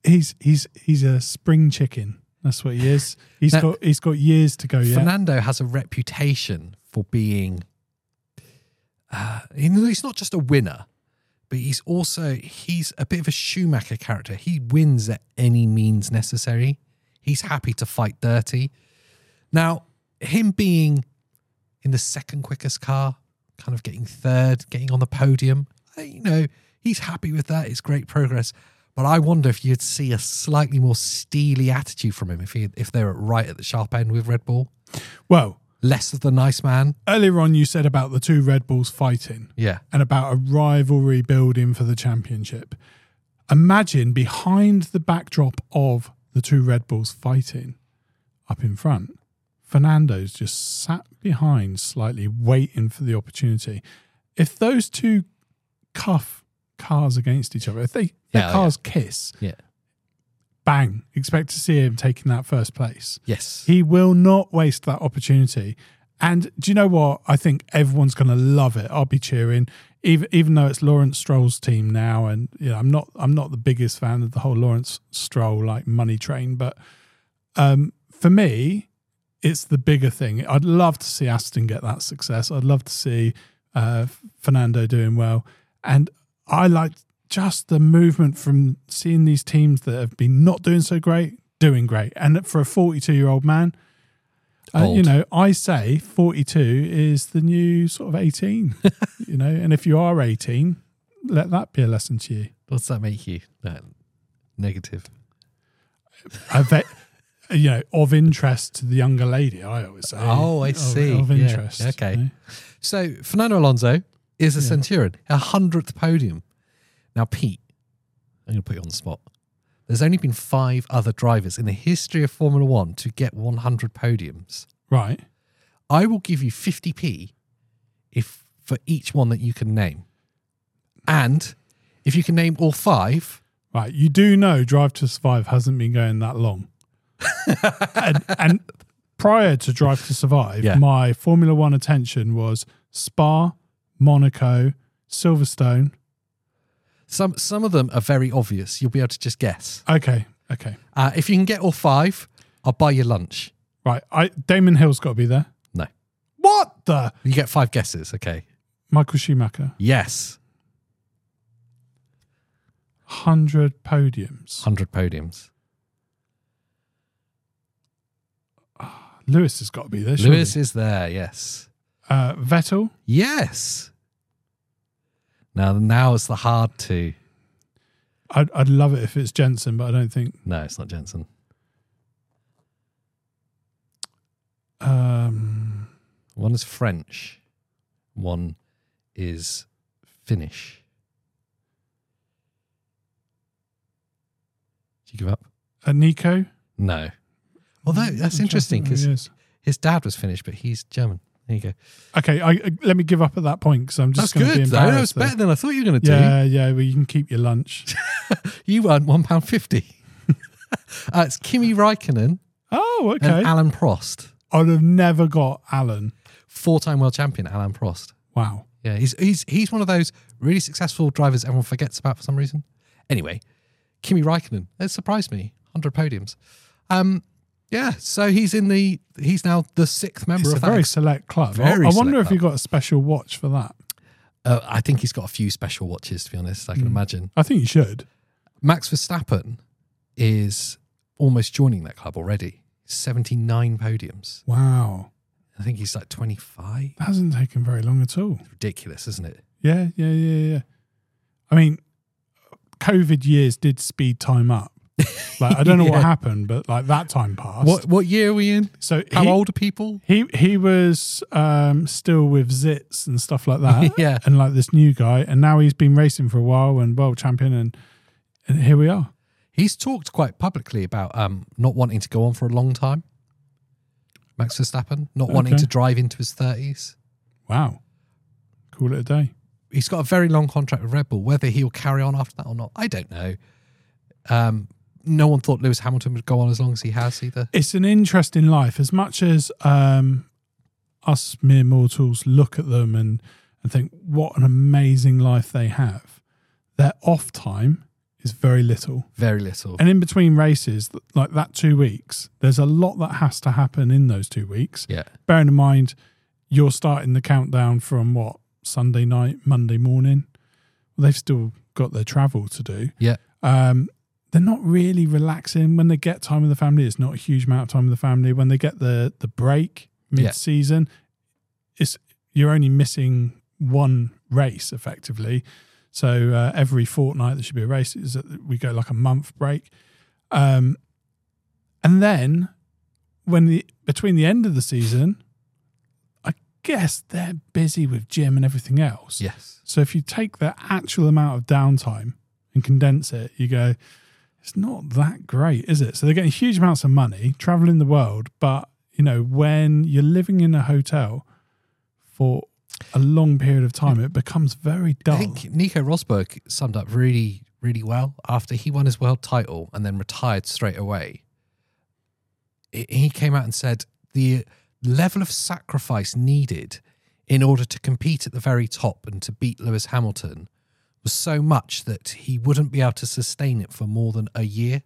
he's he's he's a spring chicken. That's what he is. He's
Now-
got he's got years to go yet.
Fernando has a reputation for being. Uh, you know, he's not just a winner, but he's also he's a bit of a Schumacher character. He wins at any means necessary. He's happy to fight dirty. Now, him being in the second quickest car, kind of getting third, getting on the podium, uh, you know, he's happy with that. It's great progress. But I wonder if you'd see a slightly more steely attitude from him if he if they're right at the sharp end with Red Bull,
Well,
less of the nice man.
earlier on you said about the two Red Bulls fighting
Yeah,
and about a rivalry building for the championship. Imagine behind the backdrop of the two Red Bulls fighting up in front, Fernando's just sat behind slightly waiting for the opportunity. If those two cuff cars against each other, if they their
Yeah,
cars kiss,
yeah,
bang, expect to see him taking that first place.
yes,
He will not waste that opportunity. And do you know what? I think everyone's going to love it. I'll be cheering, even even though it's Lawrence Stroll's team now. And you know, I'm not I'm not the biggest fan of the whole Lawrence Stroll like money train, but um, for me, it's the bigger thing. I'd love to see Aston get that success. I'd love to see uh, Fernando doing well, and I like just the movement from seeing these teams that have been not doing so great doing great. And for a 42 year old man, uh, you
Old.
know, I say 42 is the new sort of 18. you know, and if you are 18, let that be a lesson to you.
What's that make you? That negative.
I bet, you know, of interest to the younger lady, I always say.
Oh, I
Of-
see.
Of,
Yeah.
interest.
Okay.
you know.
So Fernando Alonso is a
Yeah.
Centurion, a hundredth podium. Now, Pete, I'm going to put you on the spot. There's only been five other drivers in the history of Formula One to get 100 podiums.
Right.
I will give you 50p if for each one that you can name, and if you can name all five,
Right. You do know Drive to Survive hasn't been going that long. and, and prior to Drive to Survive,
Yeah.
my Formula One attention was Spa, Monaco, Silverstone.
some some of them are very obvious. You'll be able to just guess.
Okay. Okay.
Uh, if you can get all five, I'll buy you lunch.
Right. I Damon Hill's got to be there.
No,
What the?
you get five guesses. Okay.
Michael Schumacher.
Yes,
100 podiums.
100 podiums.
Lewis has got to be there.
Lewis
surely.
is there, yes.
Uh, Vettel.
Yes. Now now it's the hard two.
I'd, I'd love it if it's Jensen, but I don't think.
No, it's not Jensen.
Um,
One is French. One is Finnish. Did you give up?
uh, Nico.
No. Although that's
I'm
interesting
trying to think
because
who he is.
his dad was Finnish, but he's German. There you go.
Okay, I, I- let me give up at that point because I'm
That's
just going to be
good though. That was
embarrassed.
better than I thought you were going to do.
yeah, yeah. Well, you can keep your lunch.
You earned one pound fifty. uh, it's Kimi Raikkonen
oh,
and
okay.
Alan Prost.
I'd have never got Alan.
four-time world champion Alan Prost.
Wow.
Yeah, he's he's he's one of those really successful drivers everyone forgets about for some reason. Anyway, Kimi Raikkonen, it surprised me, hundred podiums. Um, yeah, so he's in the he's now the sixth member
It's a
of that.
very select club.
Very
I, I
select
wonder if
club.
you got a special watch for that.
uh, I think he's got a few special watches. To be honest, I
Hmm.
can imagine
I think you should.
Max Verstappen is almost joining that club already. Seventy-nine podiums.
Wow.
I think he's like twenty-five.
That hasn't taken very long at all.
Ridiculous, isn't it?
Yeah, yeah, yeah, yeah. I mean, COVID years did speed time up. Like I don't know
Yeah.
what happened, but like that time passed.
What what year are we in?
So
How
he,
old are people?
He he was um, still with zits and stuff like that.
Yeah.
and like this new guy, and now he's been racing for a while and world champion, and, and here we are.
He's talked quite publicly about um, not wanting to go on for a long time. Max Verstappen not wanting
Okay.
to drive into his thirties.
Wow, call it a day.
He's got a very long contract with Red Bull. Whether he'll carry on after that or not, I don't know. Um, no one thought Lewis Hamilton would go on as long as he has either.
It's an interesting life, as much as um, us mere mortals look at them and and think what an amazing life they have. Their off time is very little.
Very little.
And in between races, th- like that two weeks, there's a lot that has to happen in those two weeks.
Yeah,
bearing in mind you're starting the countdown from what Sunday night, Monday morning. Well, they've still got their travel to do.
yeah.
Um, they're not really relaxing when they get time with the family. It's not a huge amount of time with the family. When they get the the break
Yeah.
mid season, it's you're only missing one race effectively. So uh, every fortnight there should be a race. Is that we go like a month break, um, and then when the between the end of the season, I guess they're busy with gym and everything else.
Yes.
So if you take the actual amount of downtime and condense it, you go, it's not that great, is it? So they're getting huge amounts of money traveling the world, but you know, when you're living in a hotel for a long period of time, it becomes very dull.
I think Nico Rosberg summed up really, really well after he won his world title and then retired straight away. He- He came out and said the level of sacrifice needed in order to compete at the very top and to beat Lewis Hamilton was so much that he wouldn't be able to sustain it for more than a year.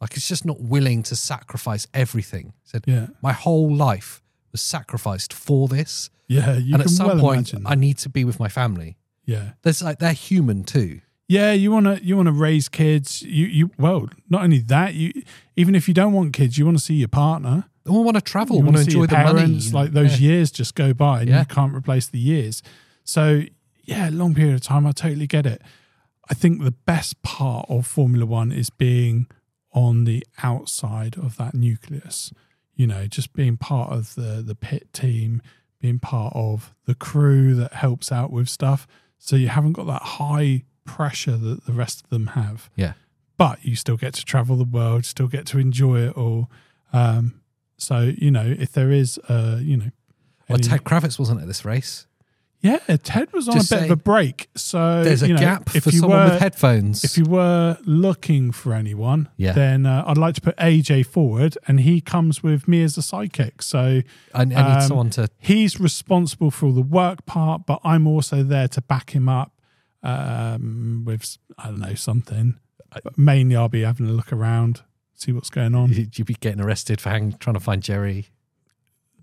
Like he's just not willing to sacrifice everything. He said,
yeah,
My whole life was sacrificed for this.
yeah.
and
You can
at some
well
point,
imagine.
I need to be with my family.
yeah,
There's like they're human too.
yeah. You wanna you wanna raise kids. You you well, not only that. You even if you don't want kids, you want to see your partner.
They all want to travel,
you
want to
see
enjoy
your
the
parents,
money.
Like those
yeah.
years just go by and
Yeah.
you can't replace the years. So yeah, long period of time. I totally get it. I think the best part of Formula One is being on the outside of that nucleus. You know, just being part of the the pit team, being part of the crew that helps out with stuff. So you haven't got that high pressure that the rest of them have
yeah,
but you still get to travel the world, still get to enjoy it all. Um, so you know, if there is, uh, you know,
Well,
any-
Ted Kravitz wasn't at this race.
yeah, Ted was on a bit
Just
of
say-
a break, so
There's a
you know,
gap
if
for
you
someone
were,
with headphones.
If you were looking for anyone,
Yeah.
then uh, I'd like to put AJ forward, and he comes with me as a sidekick. So
I, I need
um,
someone to.
he's responsible for all the work part, but I'm also there to back him up um, with I don't know something. But mainly, I'll be having a look around, see what's going on.
You'd be getting arrested for hang, trying to find Jerry.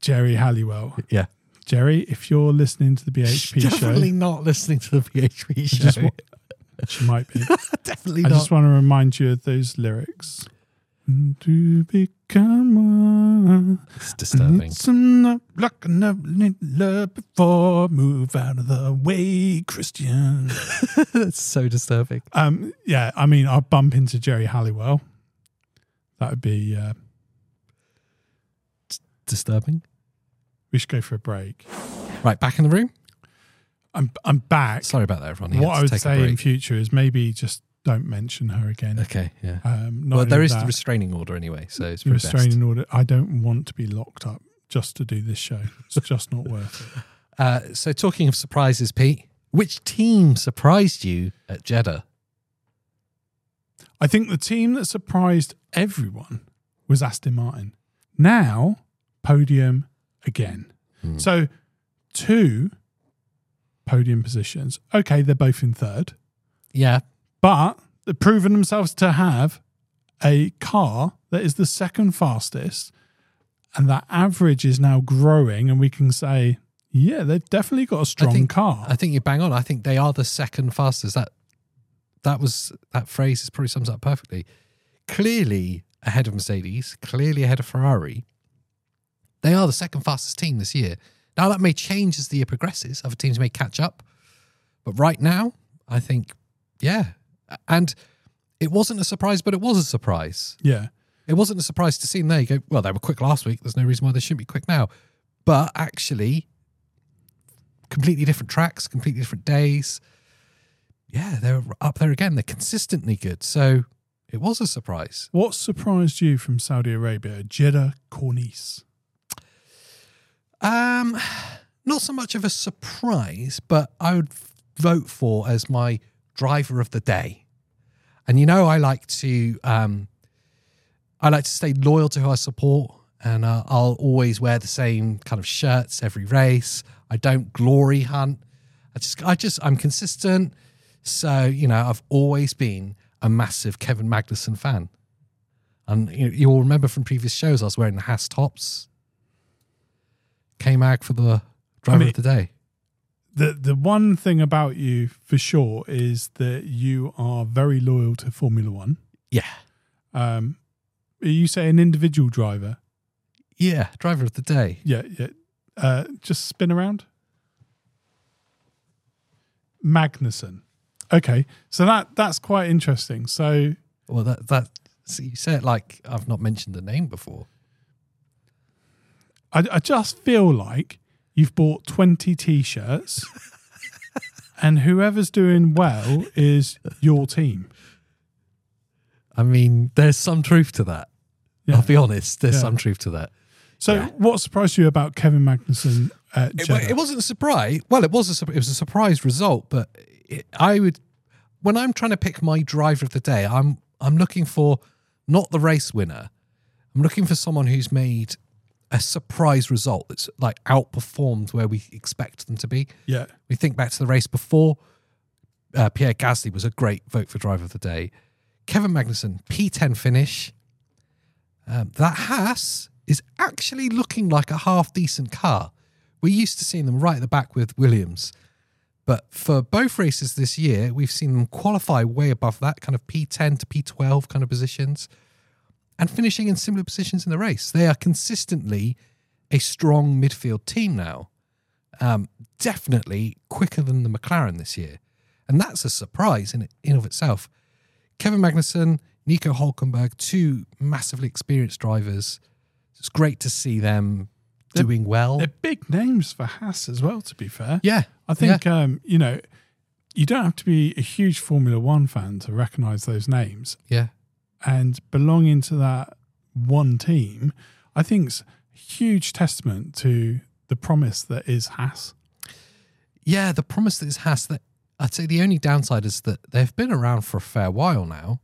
Jerry Halliwell.
Yeah,
Jerry, if you're listening to the BHP
definitely
show,
not listening to the PHP show.
just want- she might be.
definitely
I
not.
just want to remind you of those lyrics. To become one.
it's
I
disturbing.
Need some love, luck and love, need love before move out of the way, Christian.
It's so disturbing.
um, yeah, I mean, I'll bump into Jerry Halliwell. That would be. Uh,
Disturbing.
we should go for a break.
Right, back in the room.
I'm I'm back.
Sorry about that, everyone. He had to
what I would
take a
say in
break.
future is maybe just don't mention her again.
Okay, yeah.
Um, not
Well, there
only
is the
that,
restraining order anyway, so it's
the
probably best.
restraining order. I don't want to be locked up just to do this show. It's just not worth it.
Uh, so, talking of surprises, Pete, which team surprised you at Jeddah?
I think the team that surprised everyone was Aston Martin. Now, podium again.
Hmm.
So, two podium positions. Okay, they're both in third,
Yeah,
but they've proven themselves to have a car that is the second fastest, and that average is now growing, and we can say, yeah, they've definitely got a strong
think-
car.
I think you bang on. I think they are the second fastest. That that was that phrase is probably sums up perfectly. Clearly ahead of Mercedes, clearly ahead of Ferrari. They are the second fastest team this year. Now that may change as the year progresses. Other teams may catch up, but right now, I think, yeah. And it wasn't a surprise, but it was a surprise.
yeah.
It wasn't a surprise to see them there. You go, well, they were quick last week. There's no reason why they shouldn't be quick now. But actually, completely different tracks, completely different days. Yeah, they're up there again. They're consistently good. So it was a surprise.
What surprised you from Saudi Arabia? Jeddah Cornice.
Um, not so much of a surprise, but I would vote for as my driver of the day. And you know, I like to um, I like to stay loyal to who I support, and uh, I'll always wear the same kind of shirts every race. I don't glory hunt. I just, I just, I'm consistent. So you know, I've always been a massive Kevin Magnussen fan, and you, you'll remember from previous shows I was wearing the Haas tops. Came out for the driver
mean-
of the day.
The the one thing about you for sure is that you are very loyal to Formula One.
Yeah.
Um, you say an individual driver.
Yeah. Driver of the day.
Yeah, yeah. Uh, just spin around. Magnuson. Okay, so that that's quite interesting. So
Well, that that so you say it like I've not mentioned the name before.
I, I just feel like you've bought 20 t shirts and whoever's doing well is your team.
I mean, there's some truth to that.
Yeah.
I'll be honest. There's
Yeah.
some truth to that.
So, what surprised you about Kevin Magnuson at
It, wa-
Jeddah?
it wasn't a surprise. Well, it was a sur- it was a surprise result, but it, I would when I'm trying to pick my driver of the day, I'm I'm looking for not the race winner. I'm looking for someone who's made a surprise result that's like outperformed where we expect them to be.
yeah.
We think back to the race before. Uh, Pierre Gasly was a great vote for driver of the day. Kevin Magnussen, P10 finish. Um, that Haas is actually looking like a half decent car. We're used to seeing them right at the back with Williams. But for both races this year, we've seen them qualify way above that kind of P10 to P12 kind of positions and finishing in similar positions in the race. They are consistently a strong midfield team now um, definitely quicker than the McLaren this year. And that's a surprise in in of itself. Kevin Magnussen, Nico Hulkenberg, two massively experienced drivers. It's great to see them doing well.
They're big names for Haas as well, to be fair.
Yeah.
I think, um, you know, you don't have to be a huge Formula One fan to recognize those names.
Yeah.
and belonging to that one team, I think's huge testament to the promise that is Haas.
Yeah, the promise that is Haas that I'd say the only downside is that they've been around for a fair while now,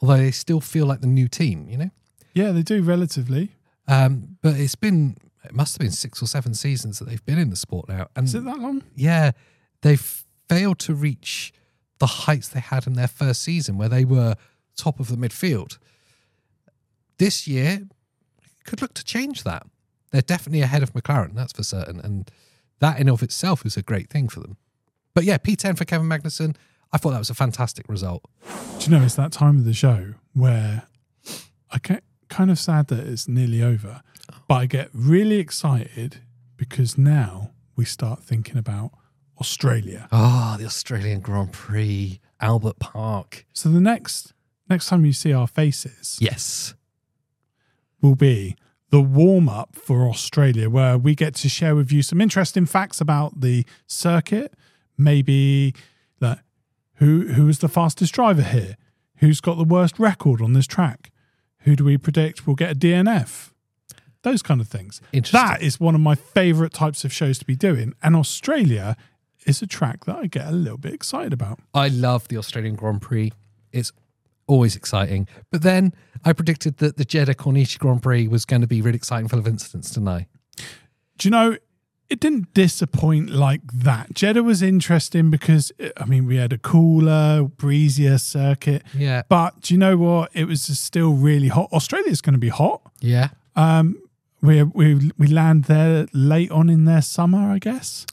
although they still feel like the new team, you know?
Yeah, they do relatively.
Um, but it's been it must have been six or seven seasons that they've been in the sport now. And
Is it that long?
yeah, they've failed to reach the heights they had in their first season where they were top of the midfield. This year could look to change that. They're definitely ahead of McLaren, that's for certain. And that in of itself is a great thing for them. But yeah, P10 for Kevin Magnussen. I thought that was a fantastic result.
Do you know, it's that time of the show where I get kind of sad that it's nearly over, but I get really excited because now we start thinking about Australia.
Oh, the Australian Grand Prix, Albert Park.
So the next next time you see our faces,
Yes.
will be the warm up for Australia, where we get to share with you some interesting facts about the circuit, maybe like who who is the fastest driver here, who's got the worst record on this track, who do we predict will get a DNF, those kind of things.
Interesting.
That is one of my favourite types of shows to be doing, and Australia is a track that I get a little bit excited about.
I love the Australian Grand Prix. It's always exciting. But then I predicted that the Jeddah Corniche Grand Prix was going to be really exciting full of incidents, didn't I?
do you know it didn't disappoint like that jeddah was interesting because i mean we had a cooler breezier circuit
Yeah.
but do you know what it was just still really hot australia's going to be hot
Yeah.
we, we we land there late on in their summer i guess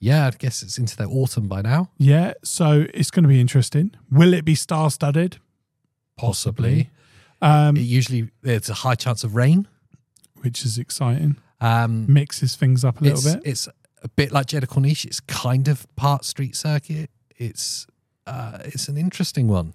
Yeah, I guess it's into their autumn by now.
yeah so it's going to be interesting will it be star-studded possibly
Um, it usually there's a high chance of rain.
which is exciting
Um,
mixes things up a
it's,
little bit
it's a bit like Jeddah Corniche. It's kind of part street circuit. It's uh, it's an interesting one.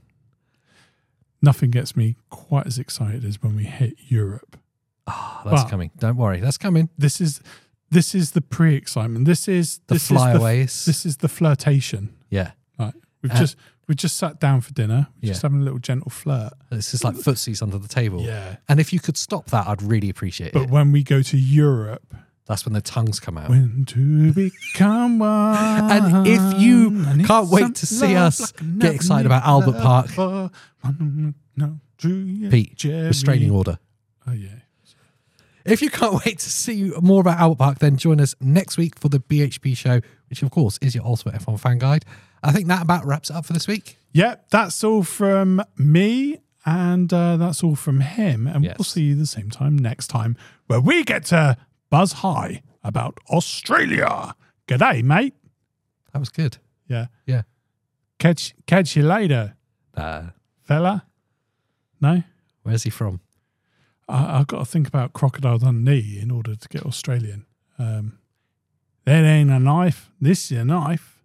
nothing gets me quite as excited as when we hit europe
Oh, that's
But-
coming. Don't worry, that's coming.
this is this is the pre excitement. This is
The
this Is
flyaways.
the, this is the flirtation.
yeah,
Like we've
Uh,
just we just sat down for dinner. We're
Yeah.
Just having a little gentle flirt.
it's just like footsies under the table.
Yeah.
And if you could stop that, I'd really appreciate
But
it.
when we go to Europe,
That's when the tongues come out.
when to become one.
And if you
I need
can't wait to
some
see
love
us
like I
get excited
never
about Albert Park,
knew love. No, Julia,
Pete,
Jerry.
restraining order.
Oh yeah.
If you can't wait to see more about Albert Park, then join us next week for the BHP show, which of course is your ultimate F1 fan guide. I think that about wraps it up for this week.
Yeah, that's all from me. And uh, that's all from him. And we'll
Yes.
see you the same time next time where we get to buzz high about Australia. G'day, mate.
That was good.
Yeah.
Yeah.
Catch catch you later,
Uh,
fella. No?
Where's he from?
I, I've got to think about Crocodile Dundee in order to get Australian. Um, that ain't a knife. This is a knife.